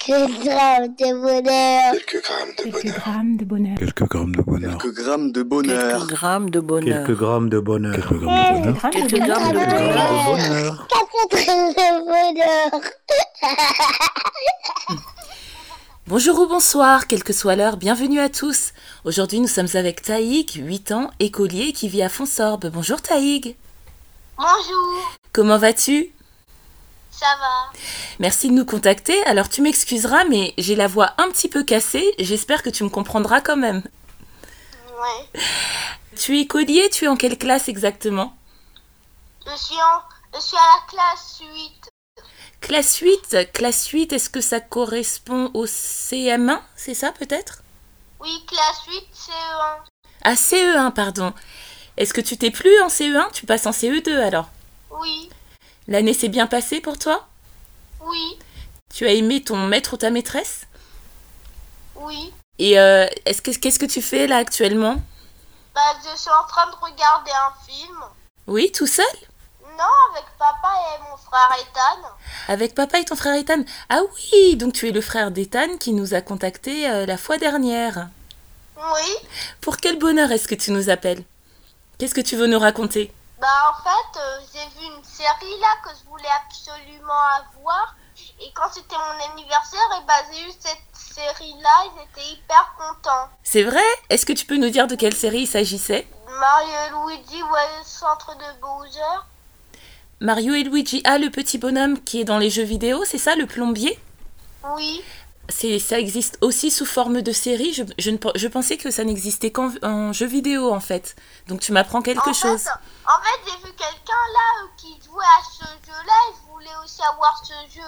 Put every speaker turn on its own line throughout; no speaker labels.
Quelques grammes de bonheur.
Quelques grammes de
Quelques
bonheur.
grammes de bonheur.
Quelques grammes de bonheur.
Quelques grammes de bonheur.
Quelques grammes de bonheur.
Quelques grammes de bonheur.
Quelques grammes de bonheur.
Quelques
Quelques grammes
grammes
de
de
bonheur.
Bonheur.
Quatre grammes de bonheur.
Bonjour ou bonsoir, quelle que soit l'heure, bienvenue à tous. Aujourd'hui, nous sommes avec Taïg, 8 ans, écolier qui vit à Fonsorbe. Bonjour Taïg.
Bonjour,
Comment vas-tu
ça va
Merci de nous contacter. Alors, tu m'excuseras, mais j'ai la voix un petit peu cassée. J'espère que tu me comprendras quand même.
Ouais.
Tu es écolier, tu es en quelle classe exactement
Je suis, en, je suis à la classe 8.
Classe 8. Classe 8, est-ce que ça correspond au CM1 C'est ça peut-être
Oui, classe 8, c'est un.
Ah, CE1, pardon. Est-ce que tu t'es plu en CE1 Tu passes en CE2 alors
Oui,
L'année s'est bien passée pour toi
oui,
Tu as aimé ton maître ou ta maîtresse
oui.
Et euh, est-ce que qu'est-ce que tu fais là actuellement
Bah, je suis en train de regarder un film.
Oui, tout seul
Non, avec papa et mon frère Ethan.
Avec papa et ton frère Ethan Ah oui, donc tu es le frère d'Ethan qui nous a contactés euh, la fois dernière.
Oui,
Pour quel bonheur est-ce que tu nous appelles Qu'est-ce que tu veux nous raconter
bah en fait, euh, j'ai vu une série là que je voulais absolument avoir. Et quand c'était mon anniversaire, et bah j'ai eu cette série là, ils étaient hyper contents.
C'est vrai Est-ce que tu peux nous dire de quelle série il s'agissait
Mario et Luigi, ouais, le centre de Bowser.
Mario et Luigi, ah le petit bonhomme qui est dans les jeux vidéo, c'est ça le plombier
Oui,
c'est, ça existe aussi sous forme de série. Je, je ne, pen- je pensais que ça n'existait qu'en en jeu vidéo en fait. Donc tu m'apprends quelque
en
chose.
Fait, en fait, j'ai vu quelqu'un là euh, qui jouait à ce jeu-là et je voulais aussi avoir ce jeu.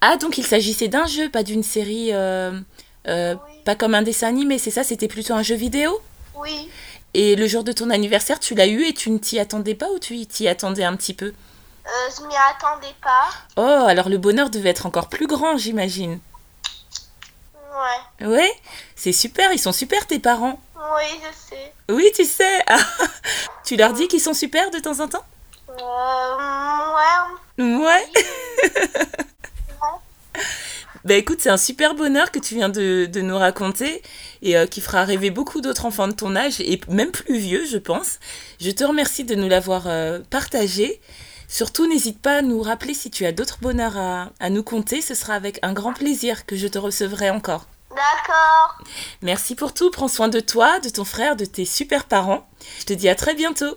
Ah, donc il s'agissait d'un jeu, pas d'une série, euh, euh,
Oui.
pas comme un dessin animé, c'est ça, c'était plutôt un jeu vidéo
Oui,
Et le jour de ton anniversaire, tu l'as eu et tu ne t'y attendais pas ou tu t'y attendais un petit peu
euh, je m'y attendais pas.
Oh, alors le bonheur devait être encore plus grand, j'imagine.
Ouais,
Ouais, c'est super, ils sont super tes parents.
oui, je sais.
Oui, tu sais. tu leur dis qu'ils sont super de temps en temps
Euh, ouais,
Ouais. Bah écoute, c'est un super bonheur que tu viens de, de nous raconter et euh, qui fera rêver beaucoup d'autres enfants de ton âge et même plus vieux, je pense. Je te remercie de nous l'avoir euh, partagé. Surtout, n'hésite pas à nous rappeler si tu as d'autres bonheurs à, à nous conter. Ce sera avec un grand plaisir que je te recevrai encore.
d'accord.
Merci pour tout. Prends soin de toi, de ton frère, de tes super parents. Je te dis à très bientôt.